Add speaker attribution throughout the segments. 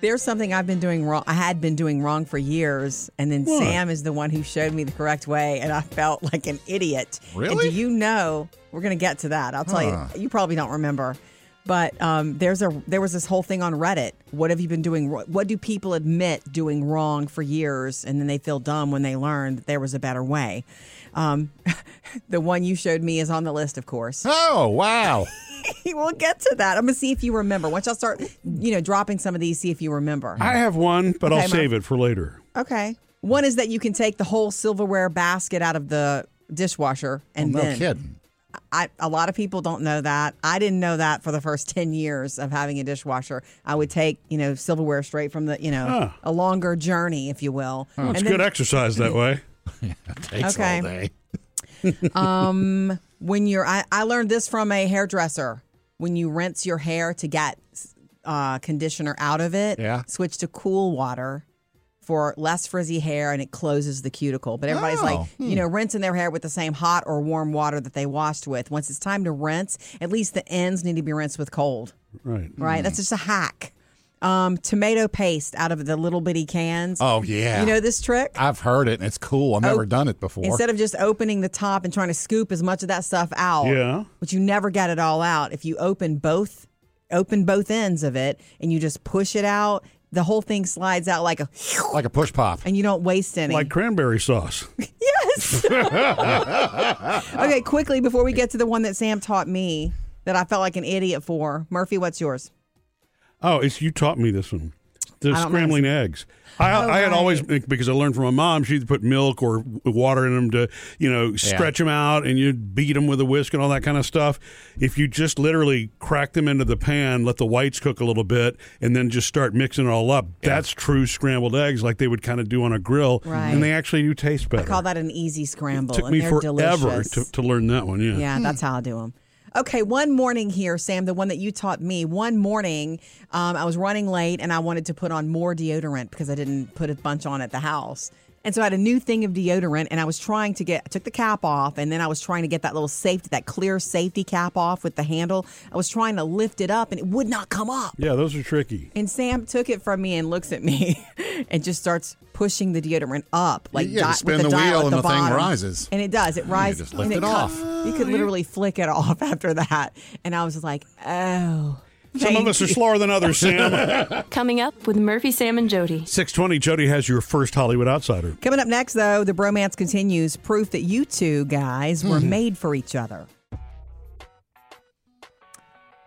Speaker 1: there's something I've been doing wrong. I had been doing wrong for years, and then
Speaker 2: What?
Speaker 1: Sam is the one who showed me the correct way, and I felt like an idiot. And
Speaker 2: Really?
Speaker 1: do you know? We're gonna get to that. I'll tell
Speaker 2: Huh.
Speaker 1: you. You probably don't remember, but um, there's a there was this whole thing on Reddit. What have you been doing? wr- What do people admit doing wrong for years, and then they feel dumb when they learn that there was a better way? Um, the one you showed me is on the list, of course.
Speaker 2: Oh, wow.
Speaker 1: we'll get to that. I'm gonna see if you remember. Once I start, you know, dropping some of these, see if you remember.
Speaker 3: I have one, but
Speaker 1: Okay,
Speaker 3: I'll
Speaker 1: Mom.
Speaker 3: save it for later.
Speaker 1: Okay. One is that you can take the whole silverware basket out of the dishwasher
Speaker 3: Oh,
Speaker 1: and
Speaker 2: no
Speaker 1: then
Speaker 2: kidding.
Speaker 1: I, a lot of people don't know that. I didn't know that for the first 10 years of having a dishwasher. I would take, you know, silverware straight from the, you know,
Speaker 3: Huh.
Speaker 1: a longer journey, if you will.
Speaker 3: It's
Speaker 1: And then
Speaker 3: good exercise that way.
Speaker 2: Takes
Speaker 1: Okay.
Speaker 2: all day.
Speaker 1: when you're, I, I learned this from a hairdresser. When you rinse your hair to get uh, conditioner out of it,
Speaker 2: Yeah.
Speaker 1: switch to cool water for less frizzy hair and it closes the cuticle. But everybody's
Speaker 2: Oh,
Speaker 1: like, you know, rinsing their hair with the same hot or warm water that they washed with. Once it's time to rinse, at least the ends need to be rinsed with cold,
Speaker 3: Right.
Speaker 1: right? That's just a hack. Um, tomato paste out of the little bitty cans.
Speaker 2: Oh, yeah.
Speaker 1: You know Oh, this trick?
Speaker 2: I've heard it and it's cool. I've never done it before.
Speaker 1: Instead of just opening the top and trying to scoop as much of that stuff out,
Speaker 3: Yeah.
Speaker 1: but you never get it all out. If you open both, open both ends of it, and you just push it out, the whole thing slides out like a,
Speaker 2: like a push pop.
Speaker 1: and you don't waste any.
Speaker 3: Like cranberry sauce.
Speaker 1: yes. okay,
Speaker 3: ah.
Speaker 1: quickly before we get to the one that Sam taught me that I felt like an idiot for, Murphy, what's yours?
Speaker 3: Oh, it's you taught me this one. The
Speaker 1: don't know. Oh,
Speaker 3: scrambling eggs. I, I had always because I learned from my mom. She'd put milk or w- water in them to you know stretch them out, and you'd beat them with a whisk and all that kind of stuff. If you just literally crack them into the pan, let the whites cook a little bit, and then just start mixing it all up. That's true scrambled eggs, like they would kind of do on a grill,
Speaker 1: Right.
Speaker 3: and they actually do taste better.
Speaker 1: I call that an easy scramble.
Speaker 3: Took
Speaker 1: and
Speaker 3: me
Speaker 1: they're
Speaker 3: forever
Speaker 1: delicious.
Speaker 3: to, to learn that one. Yeah.
Speaker 1: Yeah, that's how I do them. Okay, one morning here, Sam, the one that you taught me, one morning um, I was running late and I wanted to put on more deodorant because I didn't put a bunch on at the house. And so I had a new thing of deodorant and I was trying to get, I took the cap off and then I was trying to get that little safety, that clear safety cap off with the handle. I was trying to lift it up and it would not come up.
Speaker 3: yeah, those are tricky.
Speaker 1: And Sam took it from me and looks at me and just starts pushing the deodorant up. Like
Speaker 2: Yeah, you
Speaker 1: di-
Speaker 2: spin
Speaker 1: with the,
Speaker 2: the
Speaker 1: dial
Speaker 2: wheel
Speaker 1: at
Speaker 2: and the thing
Speaker 1: bottom.
Speaker 2: rises.
Speaker 1: And it does. It rises.
Speaker 2: just lift
Speaker 1: and
Speaker 2: it
Speaker 1: cut-
Speaker 2: off.
Speaker 1: You could literally flick it off after that. And I was just like, oh.
Speaker 3: Some of
Speaker 1: thank
Speaker 3: us are
Speaker 1: you.
Speaker 3: slower than others. Sam,
Speaker 4: Coming up with Murphy, Sam, and Jody.
Speaker 3: six twenty. Jody has your first Hollywood outsider.
Speaker 1: Coming up next, though, the bromance continues. Proof that you two guys were
Speaker 2: Hmm.
Speaker 1: made for each other.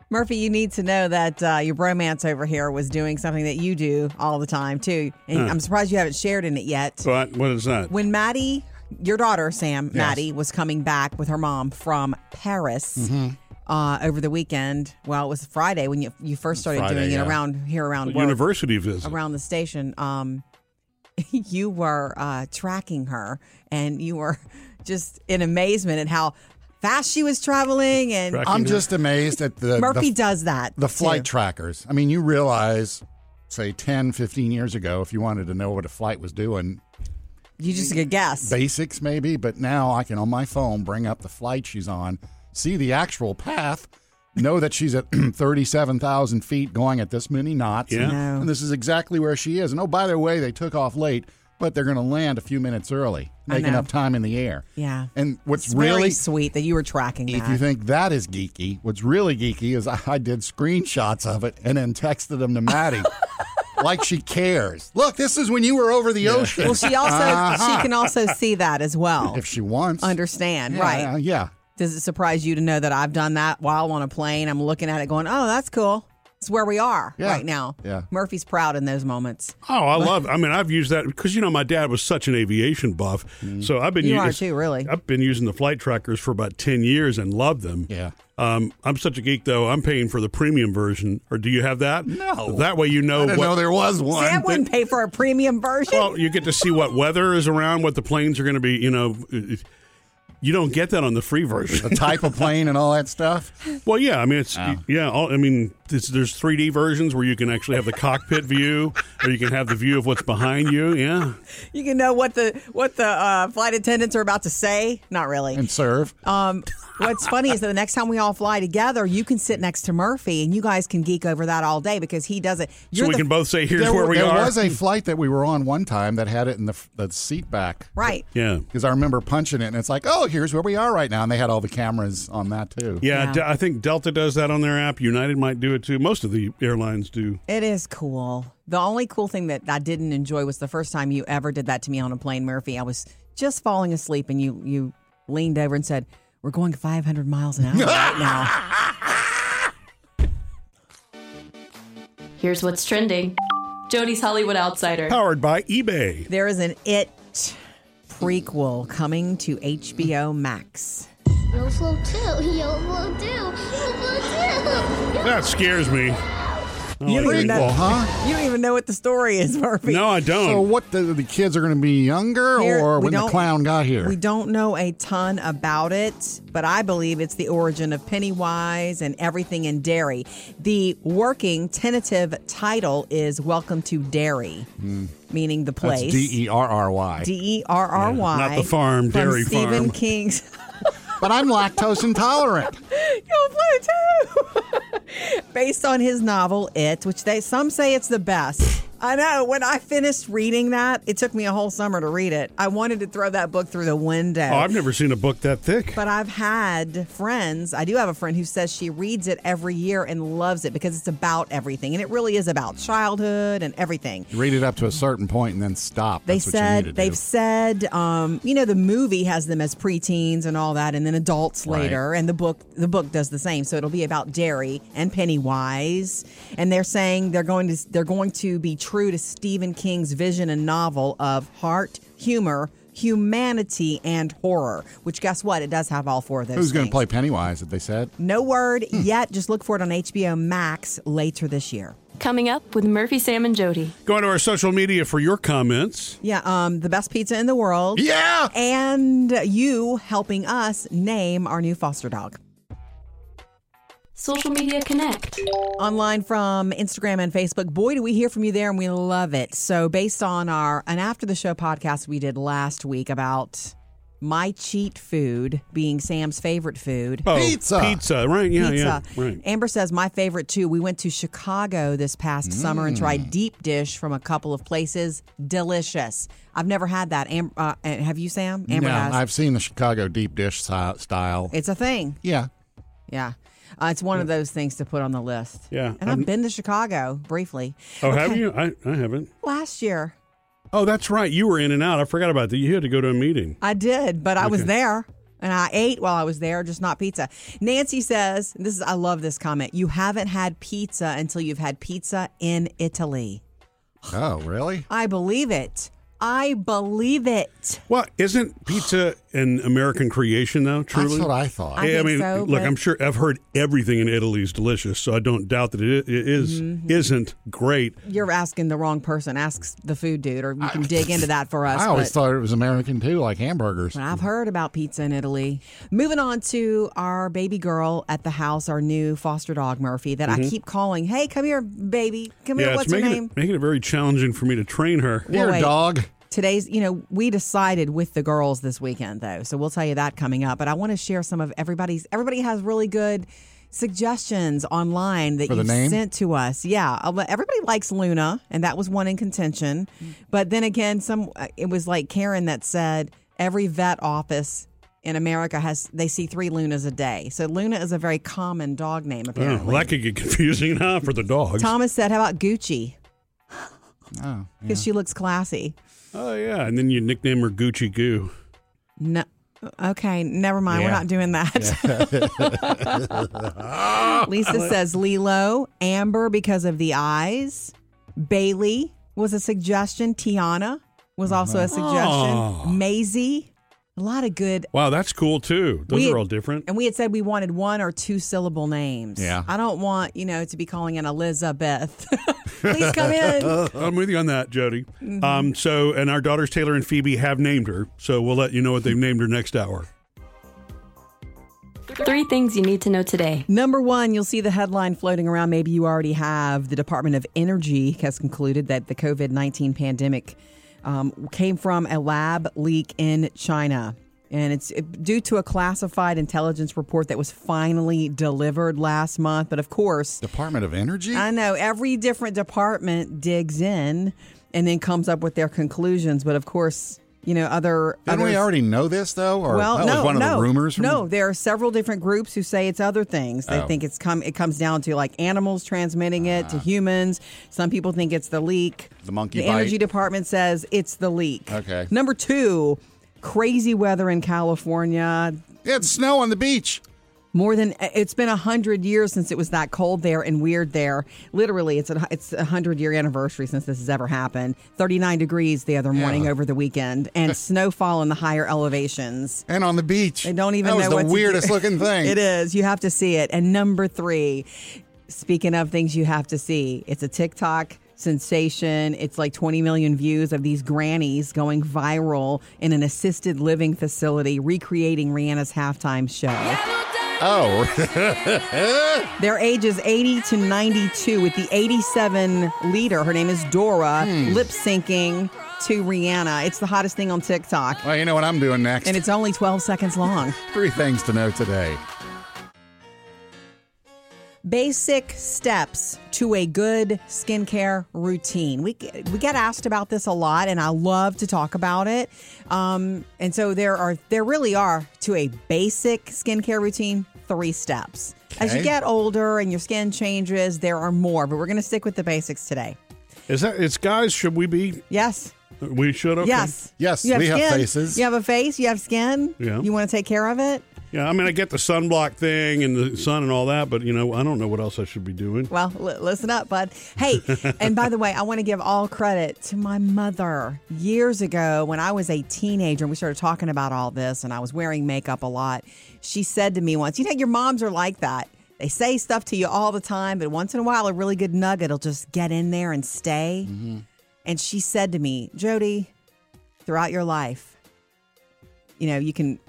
Speaker 1: Murphy, you need to know that uh, your bromance over here was doing something that you do all the time, too. And I'm surprised you haven't shared in it yet.
Speaker 3: What? What is that?
Speaker 1: when Maddie, your daughter Sam, Maddie was coming back with her mom from Paris
Speaker 2: Mm-hmm.
Speaker 1: uh, over the weekend. Well, it was Friday when you you first started
Speaker 2: Friday,
Speaker 1: doing it
Speaker 2: yeah.
Speaker 1: around here around work,
Speaker 3: university visit.
Speaker 1: around the station. Um, you were uh, tracking her, and you were just in amazement at how fast she was traveling. And
Speaker 3: Tracking
Speaker 2: I'm just amazed at the
Speaker 1: Murphy
Speaker 2: the,
Speaker 1: does that.
Speaker 2: the flight
Speaker 1: too.
Speaker 2: trackers. I mean, you realize, say 10, 15 years ago, if you wanted to know what a flight was doing,
Speaker 1: you just could guess.
Speaker 2: basics maybe, but now I can on my phone bring up the flight she's on, see the actual path, know that she's at 37,000 feet going at this many knots.
Speaker 3: Yeah.
Speaker 1: No.
Speaker 2: And this is exactly where she is. And oh, by the way, they took off late, but they're going to land a few minutes early,
Speaker 1: I
Speaker 2: making
Speaker 1: know.
Speaker 2: up time in the air.
Speaker 1: Yeah.
Speaker 2: And what's
Speaker 1: It's very
Speaker 2: really
Speaker 1: sweet that you were tracking
Speaker 2: if
Speaker 1: that.
Speaker 2: you think that is geeky, what's really geeky is I, I did screenshots of it and then texted them to Maddie. like she cares. Look, this is when you were over the ocean.
Speaker 1: well, she also she can also see that as well.
Speaker 2: Uh-huh. if she wants.
Speaker 1: Understand,
Speaker 2: Yeah,
Speaker 1: right?
Speaker 2: yeah, Yeah.
Speaker 1: Does it surprise you to know that I've done that while on a plane? I'm looking at it going, oh, that's cool. It's where we are
Speaker 2: Yeah.
Speaker 1: right now.
Speaker 2: Yeah.
Speaker 1: Murphy's proud in those moments.
Speaker 3: Oh, I love. I mean, I've used that because you know my dad was such an aviation buff, so I've been
Speaker 1: You are
Speaker 3: us-
Speaker 1: too, really.
Speaker 3: I've been using the flight trackers for about ten years and love them.
Speaker 2: Yeah.
Speaker 3: Um, I'm such a geek though. I'm paying for the premium version. Or do you have that?
Speaker 2: No.
Speaker 3: That way you know
Speaker 2: I didn't
Speaker 3: what.
Speaker 2: know there was one.
Speaker 1: Sam wouldn't pay for a premium version.
Speaker 3: well, you get to see what weather is around, what the planes are going to be. You know, it- you don't get that on the free version.
Speaker 2: the type of plane and all that stuff.
Speaker 3: Well, yeah. I mean, it's yeah. All, I mean, it's, there's 3D versions where you can actually have the cockpit view, or you can have the view of what's behind you. Yeah,
Speaker 1: You can know what the what the uh, flight attendants are about to say. Not really.
Speaker 2: and serve.
Speaker 1: Um, what's funny is that the next time we all fly together, you can sit next to Murphy and you guys can geek over that all day because he does it.
Speaker 3: so
Speaker 1: You're
Speaker 3: we
Speaker 1: the-
Speaker 3: can both say, "Here's
Speaker 2: there
Speaker 3: where we
Speaker 2: there
Speaker 3: are."
Speaker 2: was a flight that we were on one time that had it in the, f- the seat back.
Speaker 1: right.
Speaker 3: yeah.
Speaker 2: Because I remember punching it, and it's like, oh, here's where we are right now. And they had all the cameras on that, too.
Speaker 3: Yeah,
Speaker 1: Yeah.
Speaker 3: De- I think Delta does that on their app. United might do it too. Most of the airlines do.
Speaker 1: It is cool. The only cool thing that I didn't enjoy was the first time you ever did that to me on a plane, Murphy. I was just falling asleep and you you leaned over and said, "We're going 500 miles an hour right now."
Speaker 4: Here's what's trending Jody's Hollywood Outsider.
Speaker 3: Powered by eBay.
Speaker 1: There is an It prequel coming to HBO Max.
Speaker 5: You'll flow too. You'll flow too. You'll flow too.
Speaker 3: That scares me.
Speaker 1: You don't even
Speaker 3: Prequel,
Speaker 1: know,
Speaker 2: huh?
Speaker 1: you don't even know what the story is, Murphy.
Speaker 3: No, I don't.
Speaker 2: So, what the, the kids are going to be younger
Speaker 1: Here-
Speaker 2: or
Speaker 1: we
Speaker 2: when the
Speaker 1: don't-
Speaker 2: clown got here?
Speaker 1: We don't know a ton about it, but I believe it's the origin of Pennywise and everything in dairy. The working tentative title is Welcome to Dairy, meaning the
Speaker 2: Hmm. That's
Speaker 1: place.
Speaker 2: D E R R Y.
Speaker 1: D E R R Y.
Speaker 3: Yeah, not the farm,
Speaker 1: from
Speaker 3: dairy
Speaker 1: Stephen
Speaker 3: farm.
Speaker 1: King's.
Speaker 2: But I'm lactose intolerant.
Speaker 1: Yo, Pluto! Based on his novel It, which they some say it's the best. I know. When I finished reading that, it took me a whole summer to read it. I wanted to throw that book through the window.
Speaker 3: Oh, I've never seen a book that thick.
Speaker 1: But I've had friends, I do have a friend who says she reads it every year and loves it because it's about everything. And it really is about childhood and everything.
Speaker 2: Read it up to a certain point and then stop.
Speaker 1: They
Speaker 2: That's what you need to
Speaker 1: said,
Speaker 2: do.
Speaker 1: they've said, um, you know, the movie has them as preteens and all that, and then adults
Speaker 2: Right.
Speaker 1: later. And the book, the book does the same. So it'll be about Jerry and Pennywise. And they're saying they're going to, they're going to be true to Stephen King's vision and novel of heart, humor, humanity, and horror, which guess what? It does have all four of those.
Speaker 2: Who's going to
Speaker 1: things.
Speaker 2: play Pennywise? That they said.
Speaker 1: No word yet. Just look for it on HBO Max later this year.
Speaker 4: Coming up with Murphy, Sam, and Jody.
Speaker 3: Go to our social media for your comments.
Speaker 1: Yeah, um, the best pizza in the world.
Speaker 2: Yeah.
Speaker 1: And you helping us name our new foster dog.
Speaker 4: Social Media Connect.
Speaker 1: Online from Instagram and Facebook. Boy, do we hear from you there and we love it. So, based on our an after the show podcast we did last week about my cheat food being Sam's favorite food.
Speaker 3: Oh,
Speaker 2: Pizza.
Speaker 3: Pizza, right? Yeah,
Speaker 1: pizza. Eh,
Speaker 3: yeah. Right.
Speaker 1: Amber says my favorite too. We went to Chicago this past summer and tried
Speaker 3: Mm.
Speaker 1: deep dish from a couple of places. Delicious. I've never had that. Am- uh, have you, Sam? Amber
Speaker 2: no,
Speaker 1: has.
Speaker 2: I've seen the Chicago deep dish si- style.
Speaker 1: it's a thing.
Speaker 2: yeah.
Speaker 1: Yeah. Uh, it's one of those things to put on the list.
Speaker 3: Yeah,
Speaker 1: And
Speaker 3: I'm-
Speaker 1: I've been to Chicago briefly.
Speaker 3: Oh, have
Speaker 1: Okay.
Speaker 3: you? I, I haven't.
Speaker 1: Last year.
Speaker 3: Oh, that's right. You were in and out. I forgot about that. You had to go to a meeting.
Speaker 1: I did, but I was
Speaker 3: Okay.
Speaker 1: there and I ate while I was there, just not pizza. Nancy says, this is I love this comment. You haven't had pizza until you've had pizza in Italy.
Speaker 2: Oh, really?
Speaker 1: I believe it. I believe it.
Speaker 3: Well, isn't pizza an American creation, though? Truly,
Speaker 2: That's what I thought.
Speaker 1: I think
Speaker 3: mean,
Speaker 1: so,
Speaker 3: look,
Speaker 1: but-
Speaker 3: I'm sure I've heard everything in Italy is delicious, so I don't doubt that it, i- it is-
Speaker 1: Mm-hmm.
Speaker 3: isn't great.
Speaker 1: You're asking the wrong person. Ask the food dude, or you can dig into that for us.
Speaker 2: I always
Speaker 1: but-
Speaker 2: thought it was American too, like hamburgers.
Speaker 1: But I've heard about pizza in Italy. Moving on to our baby girl at the house, our new foster dog Murphy, that I keep calling, "Hey, come here, baby, come
Speaker 3: Mm-hmm. yeah,
Speaker 1: here."
Speaker 3: it's
Speaker 1: What's her
Speaker 3: making
Speaker 1: name?
Speaker 3: it making it very challenging for me to train her.
Speaker 1: Well,
Speaker 2: Here,
Speaker 1: Oh, wait.
Speaker 2: dog.
Speaker 1: Today's, you know, we decided with the girls this weekend though, so we'll tell you that coming up. But I want to share some of everybody's. Everybody has really good suggestions online that
Speaker 2: For the
Speaker 1: you
Speaker 2: name?
Speaker 1: sent to us. Yeah, I'll- everybody likes Luna, and that was one in contention. But then again, some uh, it was like Karen that said every vet office. In America, has they see three Lunas a day, so Luna is a very common dog name
Speaker 3: Yeah,
Speaker 1: apparently.
Speaker 3: Oh, well, that could get confusing now for the dogs.
Speaker 1: Thomas said, "How about Gucci?
Speaker 2: Oh, yeah.
Speaker 1: Because she looks classy."
Speaker 3: Oh yeah, and then you nickname her Gucci Goo.
Speaker 1: No. Okay, never mind. We're
Speaker 2: Yeah.
Speaker 1: not doing that. Lisa says Lilo, Amber because of the eyes. Bailey was a suggestion. Tiana was also
Speaker 2: Uh-huh.
Speaker 1: a suggestion.
Speaker 2: Oh.
Speaker 3: Aw.
Speaker 1: Maisie, a lot of good.
Speaker 3: Wow, that's cool too. Those
Speaker 1: We had-
Speaker 3: are all different.
Speaker 1: And we had said we wanted one or two syllable names.
Speaker 2: Yeah.
Speaker 1: I don't want, you know, to be calling an Elizabeth. Please come in.
Speaker 3: I'm with you on that, Jody.
Speaker 1: Mm-hmm.
Speaker 3: Um, so, and our daughters Taylor and Phoebe have named her. So we'll let you know what they've named her next hour.
Speaker 4: Three things you need to know today.
Speaker 1: Number one, you'll see the headline floating around. Maybe you already have. The Department of Energy has concluded that the COVID 19 pandemic um, came from a lab leak in China. And it's due to a classified intelligence report that was finally delivered last month. But of course,
Speaker 2: Department of Energy?
Speaker 1: I know every different department digs in and then comes up with their conclusions. But of course, you know, other.
Speaker 2: Didn't we
Speaker 1: others-
Speaker 2: already know this, though? Or
Speaker 1: well,
Speaker 2: that
Speaker 1: no,
Speaker 2: was one of
Speaker 1: no,
Speaker 2: the rumors? From
Speaker 1: no, there are several different groups who say it's other things. They
Speaker 2: Oh. Ah.
Speaker 1: think it's come. It comes down to like animals transmitting it to humans. Some people think it's the leak.
Speaker 2: The monkey
Speaker 1: The
Speaker 2: bite.
Speaker 1: energy department says it's the leak.
Speaker 2: Okay.
Speaker 1: Number two, crazy weather in California.
Speaker 2: It's snow on the beach.
Speaker 1: More than it's been a hundred years since it was that cold there and weird there. Literally, it's a it's a hundred year anniversary since this has ever happened. Thirty nine degrees the other morning over the weekend, and snowfall in the higher elevations.
Speaker 2: And on the beach.
Speaker 1: They don't even
Speaker 2: that was
Speaker 1: know
Speaker 2: the
Speaker 1: what to do.
Speaker 2: weirdest looking thing.
Speaker 1: It is. You have to see it. And number three, speaking of things you have to see, it's a TikTok sensation. It's like 20 million views of these grannies going viral in an assisted living facility, recreating Rihanna's halftime show.
Speaker 2: Oh,
Speaker 1: Their ages 80 to 92, with the 87 leader, her name is Dora,
Speaker 2: Hmm.
Speaker 1: lip syncing to Rihanna. It's the hottest thing on TikTok.
Speaker 2: well, you know what I'm doing next.
Speaker 1: And it's only 12 seconds long.
Speaker 2: Three things to know today.
Speaker 1: basic steps to a good skincare routine. We get- we get asked about this a lot, and I love to talk about it. Um, and so there are there really are to a basic skincare routine three steps. As you
Speaker 2: Okay.
Speaker 1: get older and your skin changes, there are more, but we're going to stick with the basics today.
Speaker 3: Is that it's guys? Should we be?
Speaker 1: Yes.
Speaker 3: We should. Okay.
Speaker 1: Yes.
Speaker 2: Yes, we have faces.
Speaker 1: You have a face. You have skin.
Speaker 3: Yeah.
Speaker 1: You want to take care of it.
Speaker 3: Yeah. I mean, I get the sunblock thing and the sun and all that, but you know, I don't know what else I should be doing.
Speaker 1: Well, li- listen up, bud. Hey, and by the way, I want to give all credit to my mother. Years ago, when I was a teenager and we started talking about all this, and I was wearing makeup a lot, she said to me once, You know, your moms are like that. They say stuff to you all the time, but once in a while, a really good nugget will just get in there and stay. And she said to me, Jody, throughout your life, you know, you can.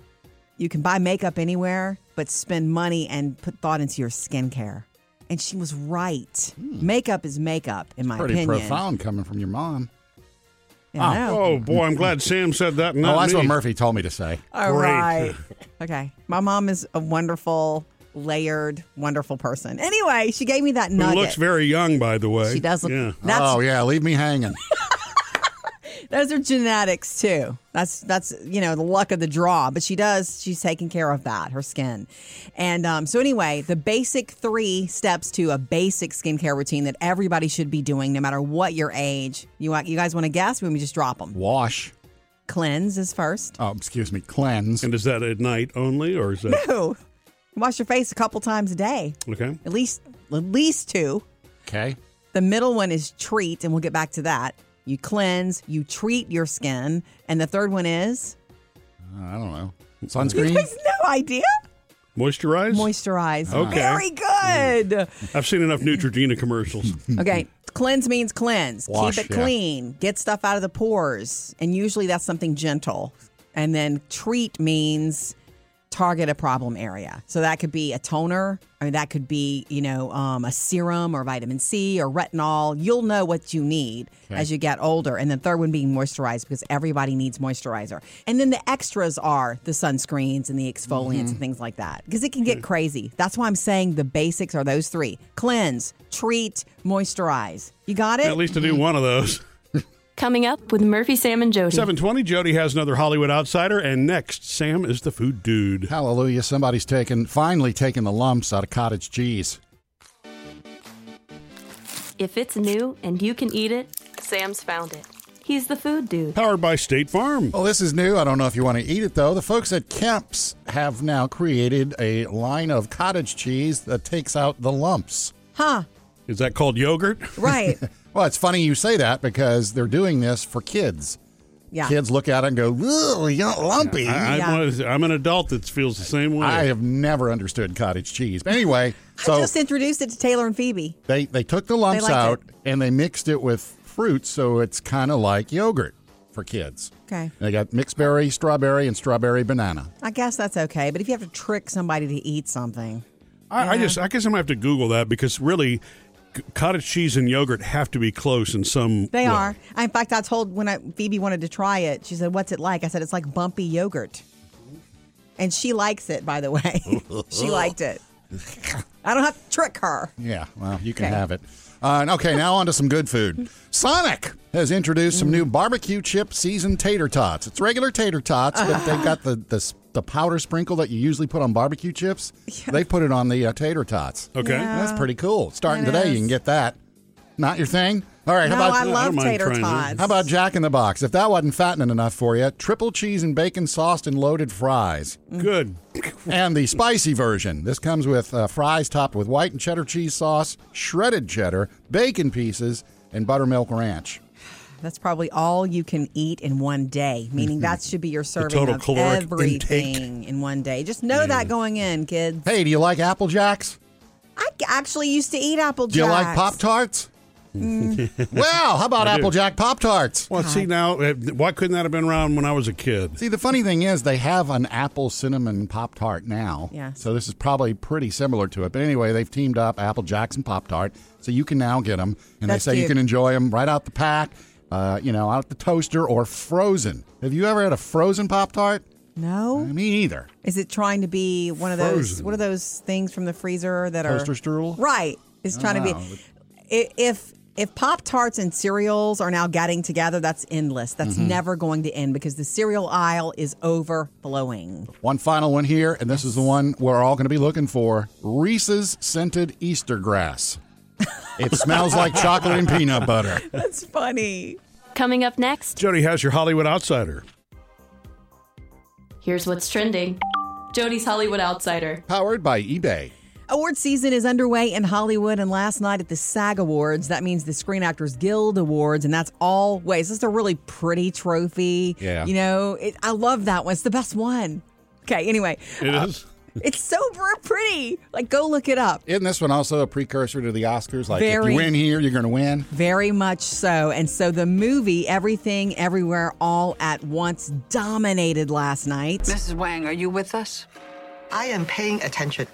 Speaker 1: You can buy makeup anywhere, but spend money and put thought into your skincare. And she was right.
Speaker 3: Hmm.
Speaker 1: Makeup is makeup, in my
Speaker 2: Pretty
Speaker 1: opinion.
Speaker 2: profound coming from your mom.
Speaker 1: Yeah, I know.
Speaker 3: Oh boy, I'm glad Sam said that. and
Speaker 2: oh,
Speaker 3: not
Speaker 2: that's
Speaker 3: me.
Speaker 2: what Murphy told me to say.
Speaker 1: All
Speaker 3: Great.
Speaker 1: right. okay. My mom is a wonderful, layered, wonderful person. Anyway, she gave me that
Speaker 3: Who
Speaker 1: nugget.
Speaker 3: looks very young, by the way.
Speaker 1: she does look.
Speaker 3: Yeah.
Speaker 1: That's
Speaker 2: oh, yeah, leave me hanging.
Speaker 1: those are genetics too. That's that's you know the luck of the draw. But she does she's taking care of that her skin, and um, so anyway, the basic three steps to a basic skincare routine that everybody should be doing, no matter what your age. You want you guys want to guess? Let me just drop them.
Speaker 2: Wash.
Speaker 1: Cleanse is first.
Speaker 2: Oh, excuse me, cleanse.
Speaker 3: And is that at night only, or is that
Speaker 1: Two. Wash your face a couple times a day,
Speaker 3: okay?
Speaker 1: at least at least two.
Speaker 2: Okay.
Speaker 1: The middle one is treat, and we'll get back to that. You cleanse, you treat your skin, and the third one is
Speaker 2: I don't know.
Speaker 1: you
Speaker 2: Sunscreen?
Speaker 1: guys no idea.
Speaker 3: Moisturize.
Speaker 1: Moisturize.
Speaker 3: Okay.
Speaker 1: Very good.
Speaker 3: I've seen enough Neutrogena commercials.
Speaker 1: Okay. Cleanse means cleanse.
Speaker 2: Mm. Wash,
Speaker 1: Keep it
Speaker 2: yeah.
Speaker 1: clean. Get stuff out of the pores. And usually that's something gentle. And then treat means target a problem area. So that could be a toner. I mean, that could be, you know, um, a serum or vitamin C or retinol. You'll know what you need as you get older. And then third one being moisturized because everybody needs moisturizer. And then the extras are the sunscreens and the exfoliants
Speaker 3: Mm-hmm.
Speaker 1: and things like that because it can get crazy. That's why I'm saying the basics are those three cleanse, treat, moisturize. You got it?
Speaker 3: at least to do one of those.
Speaker 4: Coming up with Murphy, Sam, and Jody.
Speaker 3: 720, Jody has another Hollywood Outsider, and next, Sam is the food dude.
Speaker 2: Hallelujah. Somebody's taking, finally taking the lumps out of cottage cheese.
Speaker 4: If it's new and you can eat it, Sam's found it. He's the food dude.
Speaker 3: Powered by State Farm.
Speaker 2: Well, this is new. I don't know if you want to eat it, though. The folks at Kemp's have now created a line of cottage cheese that takes out the lumps.
Speaker 1: Huh.
Speaker 3: Is that called yogurt?
Speaker 1: Right.
Speaker 2: Well, it's funny you say that because they're doing this for kids.
Speaker 1: Yeah.
Speaker 2: Kids look at it and go, "Ooh, you got lumpy."
Speaker 3: I,
Speaker 1: Yeah.
Speaker 3: I, wanna- I'm an adult that feels the same way.
Speaker 2: I have never understood cottage cheese. But anyway,
Speaker 3: oh.
Speaker 1: I
Speaker 2: so
Speaker 1: just introduced it to Taylor and Phoebe.
Speaker 2: they, they took the lumps
Speaker 1: liked
Speaker 2: out
Speaker 1: it.
Speaker 2: and they mixed it with fruit, so it's kind of like yogurt. for kids.
Speaker 1: Okay.
Speaker 2: They got mixed berry, strawberry, and strawberry banana.
Speaker 1: I guess that's okay. But if you have to trick somebody to eat something,
Speaker 3: I, I just, I guess I'm gonna have to Google that because really, c- cottage cheese and yogurt have to be close in some.
Speaker 1: they
Speaker 3: way.
Speaker 1: are. I, in fact, I told when I, Phoebe wanted to try it, she said, "What's it like?" I said, "It's like bumpy yogurt," and she likes it. By the way, she liked it. I don't have to trick her.
Speaker 2: Yeah, well, you can
Speaker 1: Okay.
Speaker 2: have it. Uh, and okay, now on to some good food. Sonic has introduced some new barbecue chip seasoned tater tots. It's regular tater tots, but they've got the, the s- the powder sprinkle that you usually put on barbecue chips. They put it on the uh, tater tots.
Speaker 3: Okay.
Speaker 1: Yeah.
Speaker 2: That's pretty cool. Starting
Speaker 1: It
Speaker 2: today,
Speaker 1: is.
Speaker 2: you can get that. Not your thing? All right,
Speaker 1: No,
Speaker 2: how about
Speaker 1: I love
Speaker 3: don't mind
Speaker 1: tater
Speaker 3: trying that.
Speaker 1: tots.
Speaker 2: how about Jack in the Box? If that wasn't fattening enough for you, triple cheese and bacon sauced and loaded fries.
Speaker 3: Good.
Speaker 2: And the spicy version. This comes with uh, fries topped with white and cheddar cheese sauce, shredded cheddar, bacon pieces, and buttermilk ranch.
Speaker 1: That's probably all you can eat in one day, meaning that should be your serving
Speaker 3: total
Speaker 1: of
Speaker 3: caloric
Speaker 1: everything in one day. Just know that going in, kids.
Speaker 2: Hey, do you like Apple Jacks?
Speaker 1: I actually used to eat Apple Jacks.
Speaker 2: Do you like Pop Tarts? well, how about
Speaker 3: I do.
Speaker 2: Apple Jack Pop Tarts?
Speaker 3: Well, see now, uh, why couldn't that have been around when I was a kid?
Speaker 2: See, the funny thing is, they have an apple cinnamon Pop Tart now.
Speaker 1: Yeah.
Speaker 2: So this is probably pretty similar to it. But anyway, they've teamed up Apple Jacks and Pop Tart. So you can now get them. And
Speaker 1: That's
Speaker 2: they say you
Speaker 1: cute.
Speaker 2: can enjoy them right out the pack, uh, you know, out the toaster or frozen. Have you ever had a frozen Pop Tart?
Speaker 1: No?
Speaker 2: Me either.
Speaker 1: Is it trying to be one of those
Speaker 3: Frozen.
Speaker 1: what are those things from the freezer that
Speaker 2: Toaster
Speaker 1: are
Speaker 2: strudel? Oh,
Speaker 1: Right. It's trying to
Speaker 2: wow.
Speaker 1: be I- if if Pop Tarts and cereals are now getting together, that's endless. That's
Speaker 2: Mm-hmm.
Speaker 1: never going to end because the cereal aisle is overflowing.
Speaker 2: One final one here, and this is the one we're all going to be looking for Reese's scented Easter grass. It smells like chocolate and peanut butter.
Speaker 1: That's funny.
Speaker 4: Coming up next,
Speaker 3: Jody has your Hollywood outsider.
Speaker 4: here's what's trending Jody's Hollywood Outsider.
Speaker 2: Powered by eBay.
Speaker 1: Award season is underway in Hollywood, and last night at the SAG Awards, that means the Screen Actors Guild Awards, and that's always just a really pretty trophy.
Speaker 2: Yeah.
Speaker 1: you know, it, I love that one. It's the best one. Okay, anyway,
Speaker 3: It is.
Speaker 1: it's so pr- pretty. Like, go look it up.
Speaker 2: Isn't this one also a precursor to the Oscars? Like, if
Speaker 1: Very.
Speaker 2: you win here, you're going to win.
Speaker 1: Very much so. And so the movie Everything Everywhere All at Once dominated last night.
Speaker 6: Mrs. Wang, are you with us?
Speaker 7: I am paying attention.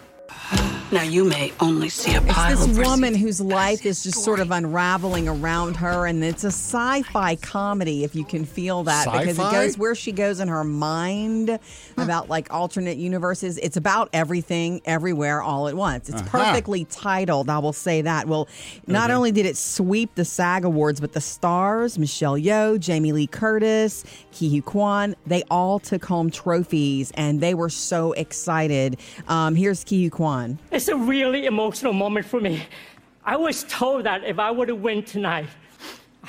Speaker 6: Now you may only see a pile
Speaker 1: It's
Speaker 6: of
Speaker 1: this
Speaker 6: receipts.
Speaker 1: woman whose life is just sort of unraveling around her, and it's a sci-fi comedy, if you can feel that, because it
Speaker 2: Sci-fi?
Speaker 1: goes where she goes in her mind about like alternate universes. It's about everything, everywhere, all at once. It's perfectly titled. I will say that. Well, not only did it sweep the SAG Awards, but the stars Michelle Yeoh, Jamie Lee Curtis, Kihu Kwan, they all took home trophies, and they were so excited. Um, here's Kihu Kwan.
Speaker 8: It's a really emotional moment for me. I was told that if I were to win tonight,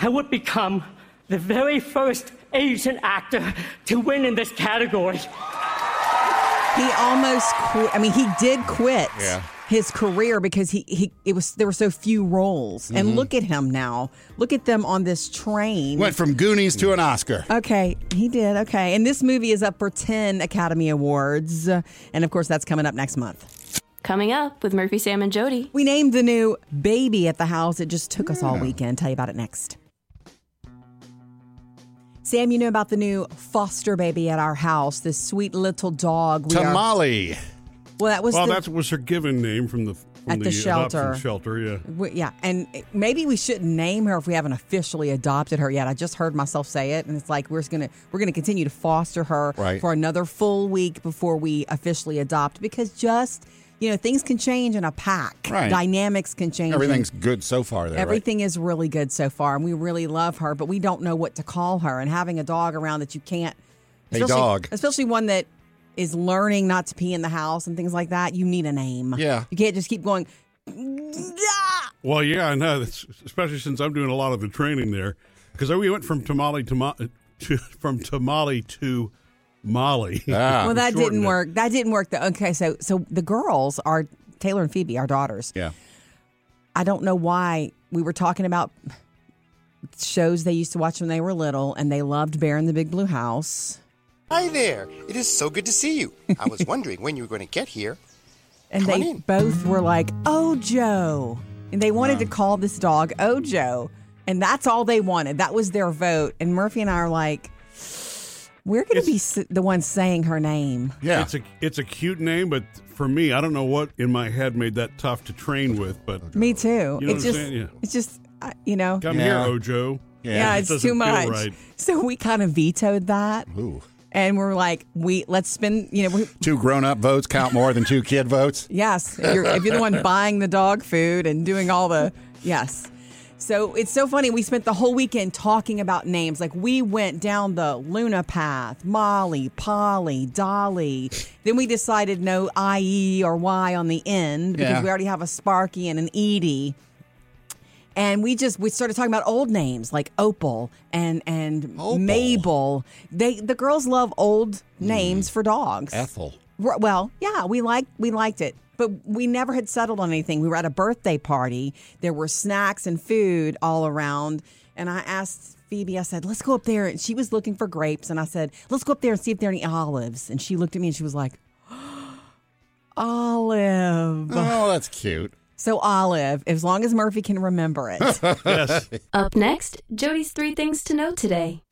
Speaker 8: I would become the very first Asian actor to win in this category.
Speaker 1: He almost quit. I mean, he did quit
Speaker 2: Yeah.
Speaker 1: his career because he, he it was there were so few roles. And look at him now. Look at them on this train.
Speaker 2: Went from Goonies to an Oscar.
Speaker 1: Okay, he did. Okay. And this movie is up for 10 Academy Awards. And of course, that's coming up next month.
Speaker 4: Coming up with Murphy, Sam, and Jody.
Speaker 1: We named the new baby at the house. It just took us all weekend. Tell you about it next. Sam, you know about the new foster baby at our house, this sweet little dog. We are-
Speaker 2: Tamale.
Speaker 1: well, that was
Speaker 3: Well,
Speaker 1: the,
Speaker 3: that was her given name from the from
Speaker 1: At the
Speaker 3: adoption
Speaker 1: shelter.
Speaker 3: Shelter, yeah.
Speaker 1: We, yeah, and maybe we shouldn't name her if we haven't officially adopted her yet. I just heard myself say it, and it's like we're just gonna we're gonna continue to foster her
Speaker 2: Right.
Speaker 1: for another full week before we officially adopt because just you know things can change in a pack,
Speaker 2: Right.
Speaker 1: dynamics can change.
Speaker 2: Everything's good so far there.
Speaker 1: Everything is really good so far, and we really love her, but we don't know what to call her. And having a dog around that you can't,
Speaker 2: Hey,
Speaker 1: especially-
Speaker 2: dog.
Speaker 1: especially one that is learning not to pee in the house and things like that, you need a name.
Speaker 2: Yeah.
Speaker 1: you can't just keep going.
Speaker 3: Well, yeah, I know. That's, especially since I'm doing a lot of the training there, because we went from tamale to, mo- to from tamale to Molly.
Speaker 2: Ah.
Speaker 1: well, that
Speaker 3: Uh, shortened
Speaker 1: didn't
Speaker 3: it.
Speaker 1: work. That didn't work. Though. Okay, so so the girls are Taylor and Phoebe, our daughters.
Speaker 2: Yeah.
Speaker 1: I don't know why we were talking about shows they used to watch when they were little, and they loved Bear in the Big Blue House.
Speaker 9: Hi there. It is so good to see you. I was wondering when you were going to get here.
Speaker 1: And
Speaker 9: Come on
Speaker 1: they
Speaker 9: in.
Speaker 1: "Oh, both were like, "Ojo," and they wanted to call this dog Ojo. "Oh, And that's all they wanted. That was their vote. And Murphy and I are like, we're going to be s- the ones saying her name.
Speaker 2: Yeah.
Speaker 3: It's a it's a cute name, but for me, I don't know what in my head made that tough to train with. But
Speaker 1: Me too.
Speaker 3: You know what I'm
Speaker 1: it's, just,
Speaker 3: saying? Yeah.
Speaker 1: it's just, uh, you know,
Speaker 3: come
Speaker 2: Yeah.
Speaker 3: here, Ojo.
Speaker 1: yeah,
Speaker 3: it
Speaker 1: it's
Speaker 3: doesn't
Speaker 1: too
Speaker 3: feel
Speaker 1: much.
Speaker 3: right.
Speaker 1: So we kind of vetoed that.
Speaker 2: Ooh.
Speaker 1: And we're like, we let's spend, you know, we,
Speaker 2: Two grown up votes count more than two kid votes.
Speaker 1: Yes, if you're, if you're the one buying the dog food and doing all the yes. So it's so funny. We spent the whole weekend talking about names. Like we went down the Luna path, Molly, Polly, Dolly. Then we decided no IE or Y on the end because
Speaker 2: Yeah.
Speaker 1: we already have a Sparky and an Edie. And we just we started talking about old names like Opal and and
Speaker 2: Opal.
Speaker 1: Mabel. They the girls love old
Speaker 2: Mm.
Speaker 1: names for dogs.
Speaker 2: Ethel.
Speaker 1: R- Well, yeah, we liked we liked it, but we never had settled on anything. We were at a birthday party. There were snacks and food all around, and I asked Phoebe. I said, "Let's go up there." And she was looking for grapes, and I said, "Let's go up there and see if there are any olives." And she looked at me and she was like, "Olive."
Speaker 2: Oh, that's cute.
Speaker 1: So olive, as long as Murphy can remember it.
Speaker 3: Yes.
Speaker 4: Up next, Jody's three things to know today.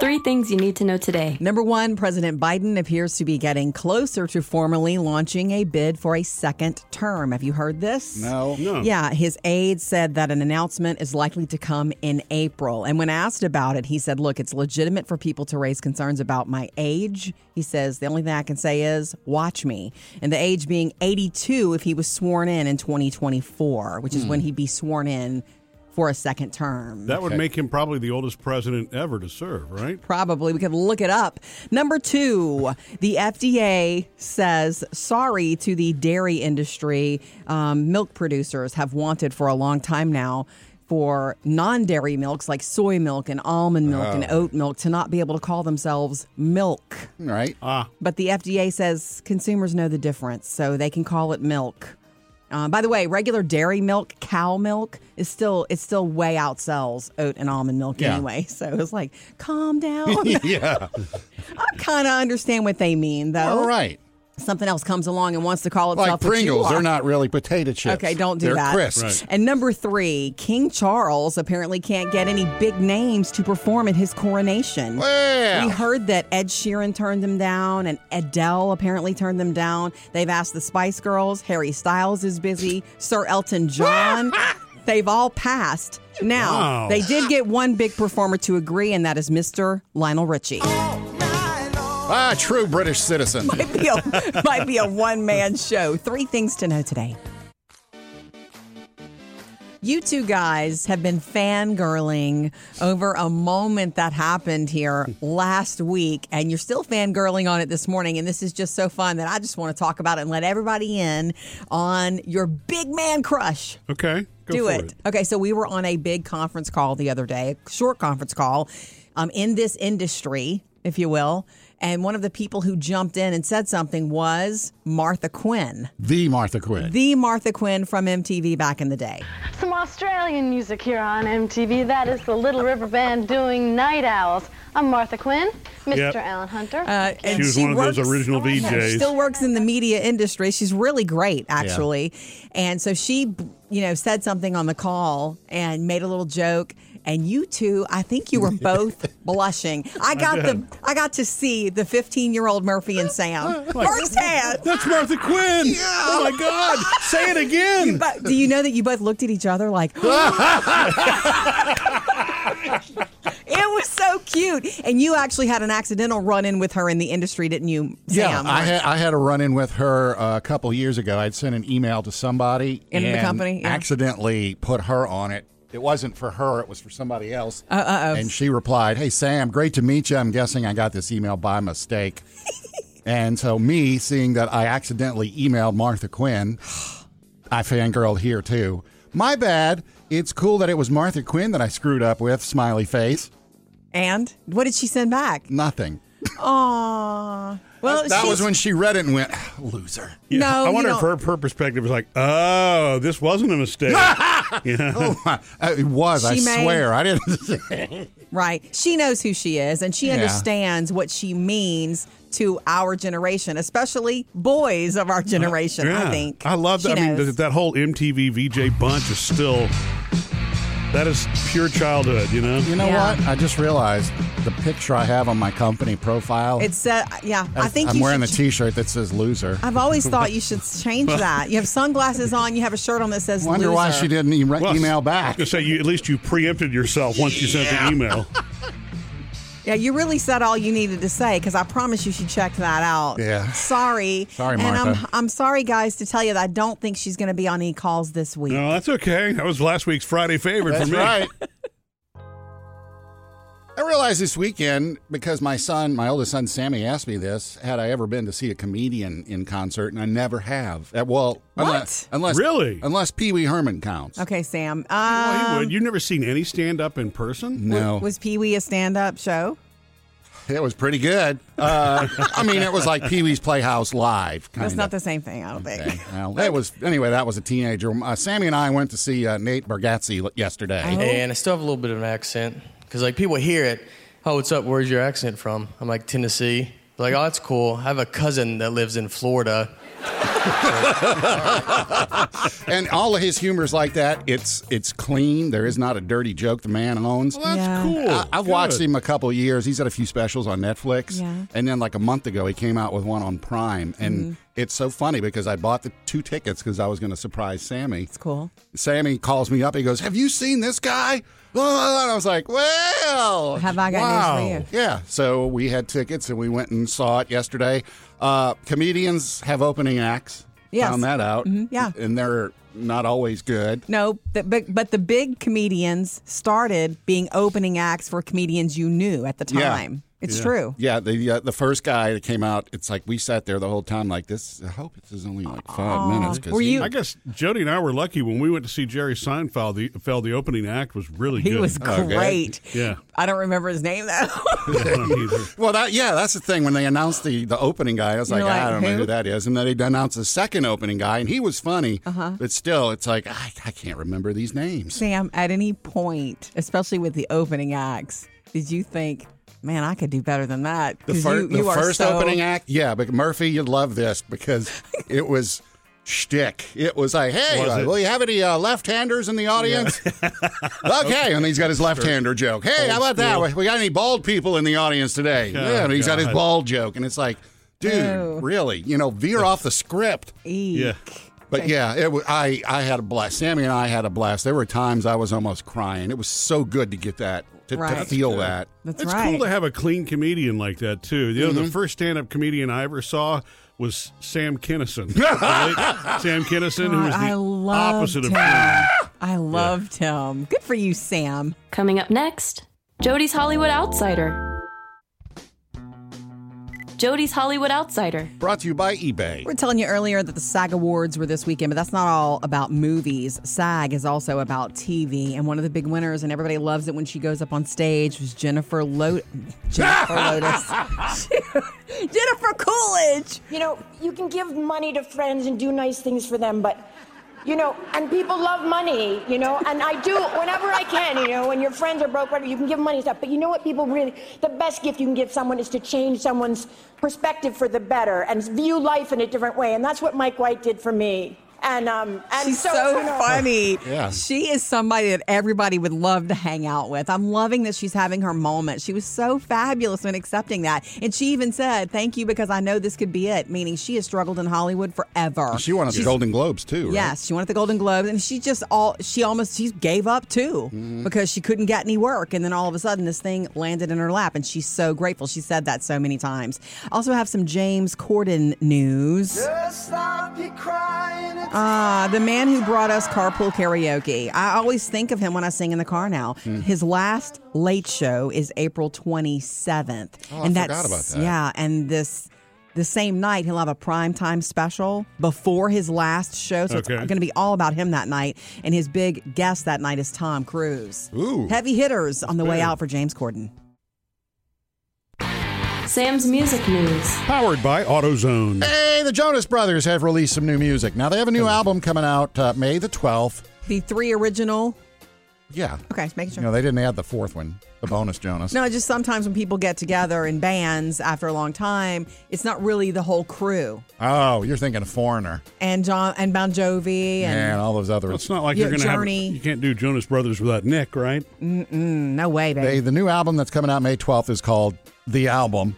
Speaker 4: Three things you need to know today.
Speaker 1: Number one, President Biden appears to be getting closer to formally launching a bid for a second term. Have you heard this?
Speaker 2: No.
Speaker 3: No.
Speaker 1: Yeah, his aide said that an announcement is likely to come in April. And when asked about it, he said, Look, it's legitimate for people to raise concerns about my age. He says, The only thing I can say is, watch me. And the age being 82 if he was sworn in in 2024, which is when he'd be sworn in for a second term.
Speaker 3: That would make him probably the oldest president ever to serve, right?
Speaker 1: Probably. We could look it up. Number two, the FDA says sorry to the dairy industry. Um, milk producers have wanted for a long time now for non dairy milks like soy milk and almond milk and oat milk to not be able to call themselves milk.
Speaker 2: Right.
Speaker 3: Uh-huh.
Speaker 1: But the FDA says consumers know the difference, so they can call it milk. Um, by the way, regular dairy milk, cow milk, is still it still way outsells oat and almond milk
Speaker 2: Yeah.
Speaker 1: anyway. So it's like, calm down.
Speaker 2: yeah.
Speaker 1: I kind of understand what they mean, though.
Speaker 2: All right.
Speaker 1: Something else comes along and wants to call itself
Speaker 2: Like
Speaker 1: what you
Speaker 2: Pringles,
Speaker 1: are.
Speaker 2: they're not really potato chips.
Speaker 1: Okay, don't do
Speaker 2: they're
Speaker 1: that.
Speaker 2: crisps.
Speaker 1: And number three, King Charles apparently can't get any big names to perform at his coronation.
Speaker 2: Well.
Speaker 1: We heard that Ed Sheeran turned them down, and Adele apparently turned them down. They've asked the Spice Girls. Harry Styles is busy. Sir Elton John. They've all passed. Now,
Speaker 3: Wow.
Speaker 1: they did get one big performer to agree, and that is Mr. Lionel Richie.
Speaker 2: Ah, true British citizen.
Speaker 1: might be a, might be a one man show. Three things to know today. You two guys have been fangirling over a moment that happened here last week, and you're still fangirling on it this morning. And this is just so fun that I just want to talk about it and let everybody in on your big man crush
Speaker 3: Okay. Go
Speaker 1: do
Speaker 3: for
Speaker 1: it. Okay, so we were on a big conference call the other day, a short conference call, um, in this industry, if you will. And one of the people who jumped in and said something was Martha Quinn,
Speaker 2: the Martha Quinn.
Speaker 1: the Martha Quinn from MTV back in the day.
Speaker 10: Some Australian music here on MTV. That is the Little River Band doing Night Owls. I'm Martha Quinn, Mr.
Speaker 3: Yep.
Speaker 10: Alan Hunter.
Speaker 1: Uh, and
Speaker 3: She was one of those original VJs.
Speaker 1: Still works in the media industry. She's really great, actually. And so she, you know, said something on the call and made a little joke. And you two, I think you were both blushing. I got the, I got to see the 15 year old Murphy and Sam firsthand.
Speaker 3: That's Martha Quinn. Oh my God! Say it again.
Speaker 1: But do you know that you both looked at each other like? it was so cute, and you actually had an accidental run in with her in the industry, didn't you, Sam?
Speaker 2: yeah, I had, I had a run in with her uh, a couple years ago. I'd sent an email to somebody
Speaker 1: In the
Speaker 2: and
Speaker 1: company, yeah.
Speaker 2: accidentally put her on it. It wasn't for her; it was for somebody else. Uh uh And she replied, "Hey Sam, great to meet you. I'm guessing I got this email by mistake." and so, me seeing that I accidentally emailed Martha Quinn, I fangirled here too. My bad. It's cool that it was Martha Quinn that I screwed up with. Smiley face.
Speaker 1: And what did she send back?
Speaker 2: Nothing.
Speaker 1: Aw. Well,
Speaker 2: that
Speaker 1: she's-
Speaker 2: was when she read it and went, "Loser."
Speaker 3: Yeah.
Speaker 1: No,
Speaker 3: I wonder
Speaker 1: you
Speaker 3: if
Speaker 1: don't-
Speaker 3: her, her perspective was like, oh, this wasn't a mistake.
Speaker 2: Oh, my- it was. I
Speaker 1: She may-
Speaker 2: swear. I didn't.
Speaker 1: right. She knows who she is, and she
Speaker 2: Yeah.
Speaker 1: understands what she means to our generation, especially boys of our generation. I
Speaker 3: Yeah.
Speaker 1: think
Speaker 3: I love
Speaker 1: She
Speaker 3: that. I mean,
Speaker 1: knows.
Speaker 3: that, that whole MTV VJ bunch is still That is pure childhood, you know?
Speaker 2: You know
Speaker 1: Yeah.
Speaker 2: what? I just realized the picture I have on my company profile.
Speaker 1: It said, uh, yeah, I think
Speaker 2: I'm
Speaker 1: you
Speaker 2: wearing
Speaker 1: should,
Speaker 2: a T-shirt that says "loser." I
Speaker 1: I've always thought you should change that. You have sunglasses on. You have a shirt on that says.
Speaker 2: wonder why
Speaker 1: loser.
Speaker 2: she didn't e-
Speaker 3: Well,
Speaker 2: email
Speaker 3: I was
Speaker 2: back.
Speaker 3: gonna say you at least you preempted yourself once you sent the email.
Speaker 1: Yeah, you really said all you needed to say because I promise you she checked that out.
Speaker 2: Yeah.
Speaker 1: Sorry.
Speaker 2: Sorry,
Speaker 1: And I'm
Speaker 2: Martha.
Speaker 1: I'm sorry, guys, to tell you that I don't think she's going to be on e calls this week.
Speaker 3: No, that's okay. That was last week's Friday favorite
Speaker 2: That's
Speaker 3: for me.
Speaker 2: right. I realized this weekend because my son, my oldest son Sammy, asked me this: had I ever been to see a comedian in concert? And I never have. Uh, Well, unless,
Speaker 1: What?
Speaker 2: unless
Speaker 3: Really?
Speaker 2: unless Pee Wee Herman counts.
Speaker 1: Okay, Sam.
Speaker 3: Well, you
Speaker 1: Um,
Speaker 3: would. You've never seen any stand up in person?
Speaker 2: No,
Speaker 1: was Pee Wee a stand up show?
Speaker 2: it was pretty good. Uh, I mean, it was like Pee Wee's Playhouse live.
Speaker 1: That's
Speaker 2: kinda.
Speaker 1: not the same thing, I don't
Speaker 2: Okay.
Speaker 1: think.
Speaker 2: Well, that was anyway. That was a teenager. Uh, Sammy and I went to see uh, Nate Bargatze l- yesterday.
Speaker 11: And I still have a little bit of an accent because like people hear it. Oh, what's up? Where's your accent from? I'm like Tennessee. They're like, oh, that's cool. I have a cousin that lives in Florida.
Speaker 3: Oh.
Speaker 2: and all of his humor's like that. It's it's clean. There is not a dirty joke the man owns.
Speaker 3: Well, that's
Speaker 1: Yeah.
Speaker 3: cool.
Speaker 2: I, I've
Speaker 3: Good.
Speaker 2: watched him a couple of years. He's had a few specials on Netflix.
Speaker 1: Yeah.
Speaker 2: And then like a month ago, he came out with one on Prime. And
Speaker 3: Mm-hmm.
Speaker 2: it's so funny because I bought the two tickets because I was going to surprise Sammy.
Speaker 1: It's cool.
Speaker 2: Sammy calls me up. He goes, "Have you seen this guy?" Blah, blah, blah. And I was like, "Well,
Speaker 1: Have I got
Speaker 2: wow.
Speaker 1: news for
Speaker 2: Yeah. So we had tickets and we went and saw it yesterday. Uh, comedians have opening acts.
Speaker 1: Yes. Mm-hmm.
Speaker 2: Found that out.
Speaker 1: yeah.
Speaker 2: And they're not always good.
Speaker 1: No, the, but but the big comedians started being opening acts for comedians you knew at the
Speaker 2: Yeah.
Speaker 1: time. It's true.
Speaker 2: Yeah, the uh, the first guy that came out, it's like we sat there the whole time like this. I hope this is only like five minutes. 'cause
Speaker 1: Were
Speaker 2: he-
Speaker 1: you-
Speaker 3: I guess Jody and I were lucky when we went to see Jerry Seinfeld. The, felt the opening act was really
Speaker 1: He
Speaker 3: good. Uh,
Speaker 1: was
Speaker 2: Oh, good.
Speaker 1: great.
Speaker 3: Yeah.
Speaker 1: I don't remember his name though.
Speaker 3: I don't either.
Speaker 2: Well, that yeah, that's the thing. When they announced the, the opening guy, I was
Speaker 1: You're
Speaker 2: like, I
Speaker 1: like,
Speaker 2: don't know
Speaker 1: who?
Speaker 2: who that is. And then they announced the second opening guy, and he was funny.
Speaker 1: Uh-huh.
Speaker 2: But still, it's like I, I can't remember these names.
Speaker 1: Sam, at any point, especially with the opening acts, did you think, man, I could do better than that?
Speaker 2: The,
Speaker 1: 'Cause
Speaker 2: fir-
Speaker 1: you-
Speaker 2: the
Speaker 1: you are
Speaker 2: first
Speaker 1: so-
Speaker 2: opening act, yeah. But Murphy, you'd love this because it was shtick. It was like, hey,
Speaker 3: Was
Speaker 2: uh,
Speaker 3: it?
Speaker 2: will you have any uh, left-handers in the audience? okay, and he's got his left-hander joke. Hey, how about that? We- We got any bald people in the audience today? yeah, and he's got his
Speaker 3: Oh, God.
Speaker 2: bald joke, and it's like, dude,
Speaker 1: Ew.
Speaker 2: really? You know, veer off the script.
Speaker 1: Eek.
Speaker 3: Yeah.
Speaker 2: But yeah, it wa- I I had a blast. Sammy and I had a blast. There were times I was almost crying. It was so good to get that to,
Speaker 1: Right.
Speaker 2: to
Speaker 1: That's
Speaker 2: feel that.
Speaker 1: That's
Speaker 3: It's
Speaker 1: right. Mm-hmm.
Speaker 3: cool to have a clean comedian like that too. You know, the first stand-up comedian I ever saw was Sam Kinison. The late Sam Kinison, who
Speaker 1: God,
Speaker 3: was the
Speaker 1: I loved
Speaker 3: opposite
Speaker 1: him.
Speaker 3: of clean.
Speaker 1: I loved him. Good for you, Sam.
Speaker 4: Coming up next, Jody's Hollywood Outsider. Jody's Hollywood Outsider.
Speaker 2: Brought to you by eBay.
Speaker 1: We were telling you earlier that the SAG Awards were this weekend, but that's not all about movies. SAG is also about TV, and one of the big winners, and everybody loves it when she goes up on stage, was Jennifer Lo- Jennifer Lotus. Jennifer Coolidge.
Speaker 12: You know, you can give money to friends and do nice things for them, but you know, and people love money, you know, and I do whenever I can, you know, when your friends are broke, whatever, you can give money and stuff. But you know what people really the best gift you can give someone is to change someone's perspective for the better and view life in a different way. And that's what Mike White did for me. And um and
Speaker 1: She's so,
Speaker 12: you know-
Speaker 1: funny.
Speaker 2: Yeah.
Speaker 1: She is somebody that everybody would love to hang out with. I'm loving that she's having her moment. She was so fabulous when accepting that. And she even said, Thank you because I know this could be it, meaning she has struggled in Hollywood forever.
Speaker 2: She won at the Golden Globes too. Right?
Speaker 1: Yes, she won at the Golden Globes, and she just all she almost she gave up too
Speaker 2: Mm-hmm.
Speaker 1: because she couldn't get any work, and then all of a sudden this thing landed in her lap, and she's so grateful. She said that so many times. Also, have some James Corden news. Ah, the man who brought us carpool karaoke. I always think of him when I sing in the car now.
Speaker 2: Hmm.
Speaker 1: His last late show is April 27th.
Speaker 2: Oh, I forgot about that.
Speaker 1: Yeah, and this the same night he'll have a primetime special before his last show. So
Speaker 3: Okay.
Speaker 1: it's going to be all about him that night. And his big guest that night is Tom Cruise.
Speaker 2: Ooh.
Speaker 1: Heavy hitters on the way out for James Corden.
Speaker 4: Sam's Music News.
Speaker 3: Powered by AutoZone.
Speaker 2: Hey, the Jonas Brothers have released some new music. Now they have a new album coming out uh, May the twelfth.
Speaker 1: The three original
Speaker 2: Yeah.
Speaker 1: Okay, just making
Speaker 2: You
Speaker 1: sure.
Speaker 2: know, they didn't add the fourth one, the bonus Jonas.
Speaker 1: No, just sometimes when people get together in bands after a long time, it's not really the whole crew.
Speaker 2: Oh, you're thinking of Foreigner
Speaker 1: And John and Bon Jovi and
Speaker 2: and all those other
Speaker 3: Well, it's not like
Speaker 1: Yeah, Mm-hmm.
Speaker 3: you're going to have.
Speaker 1: Journey.
Speaker 3: You can't do Jonas Brothers without Nick, right?
Speaker 1: Mm-mm, no way, baby.
Speaker 2: They, the new album that's coming out May 12th is called The Album.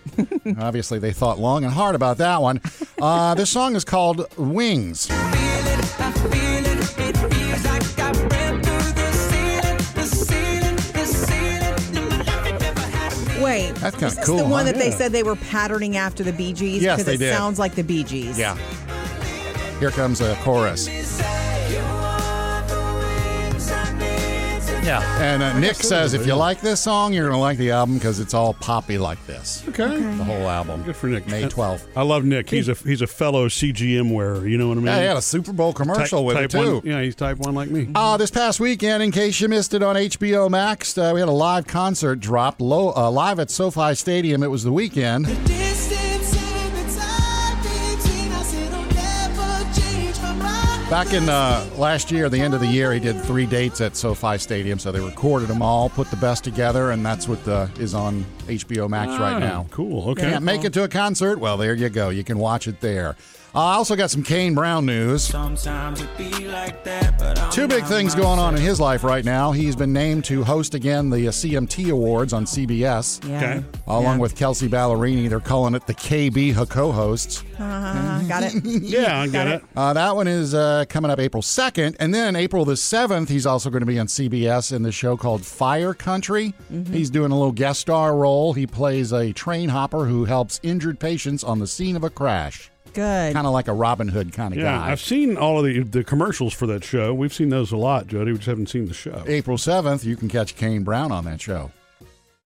Speaker 2: Obviously, they thought long and hard about that one. Uh, this song is called Wings.
Speaker 1: Wait,
Speaker 2: That's kinda
Speaker 1: is this
Speaker 2: cool,
Speaker 1: the one
Speaker 2: huh?
Speaker 1: that they
Speaker 2: Yeah.
Speaker 1: said they were patterning after the Bee Gees?
Speaker 2: Yes,
Speaker 1: because
Speaker 2: they
Speaker 1: it
Speaker 2: did.
Speaker 1: sounds like the Bee Gees.
Speaker 2: Yeah. Here comes a chorus. Yeah. And uh, Nick says if you like this song, you're going to like the album because it's all poppy like this.
Speaker 3: Okay.
Speaker 2: The whole album.
Speaker 3: Good for Nick. Uh,
Speaker 2: May 12th.
Speaker 3: I love Nick. He's a he's a fellow CGM wearer. You know what I mean?
Speaker 2: Yeah, he had a Super Bowl commercial
Speaker 3: type,
Speaker 2: with
Speaker 3: type
Speaker 2: it, too.
Speaker 3: One, yeah, he's type one like me.
Speaker 2: Uh, this past weekend, in case you missed it on HBO Max, uh, we had a live concert drop low, uh, live at SoFi Stadium. It was the weekend. Back in uh, last year, the end of the year, he did three dates at SoFi Stadium. So they recorded them all, put the best together, and that's what uh, is on HBO Max
Speaker 3: Ah,
Speaker 2: right now.
Speaker 3: Cool. Okay.
Speaker 2: Can't make it to a concert? Well, there you go. You can watch it there. Uh, I also got some Kane Brown news. Two big things going on in his life right now. He's been named to host again the uh, CMT Awards on CBS,
Speaker 1: Yeah. Uh-huh. Okay.
Speaker 2: along with Kelsey Ballerini. They're calling it the KB co hosts.
Speaker 1: Uh-huh, got it.
Speaker 3: Yeah, I get
Speaker 1: Got
Speaker 3: it.
Speaker 1: it.
Speaker 2: Uh, that one is uh, coming up April 2nd. And then April the 7th, he's also going to be on CBS in the show called Fire Country.
Speaker 1: Mm-hmm.
Speaker 2: He's doing a little guest star role. He plays a train hopper who helps injured patients on the scene of a crash.
Speaker 1: Good.
Speaker 2: Kind of like a Robin Hood kind of
Speaker 3: Yeah,
Speaker 2: guy.
Speaker 3: I've seen all of the the commercials for that show. We've seen those a lot, Jody. We just haven't seen the show.
Speaker 2: April 7th, you can catch Kane Brown on that show.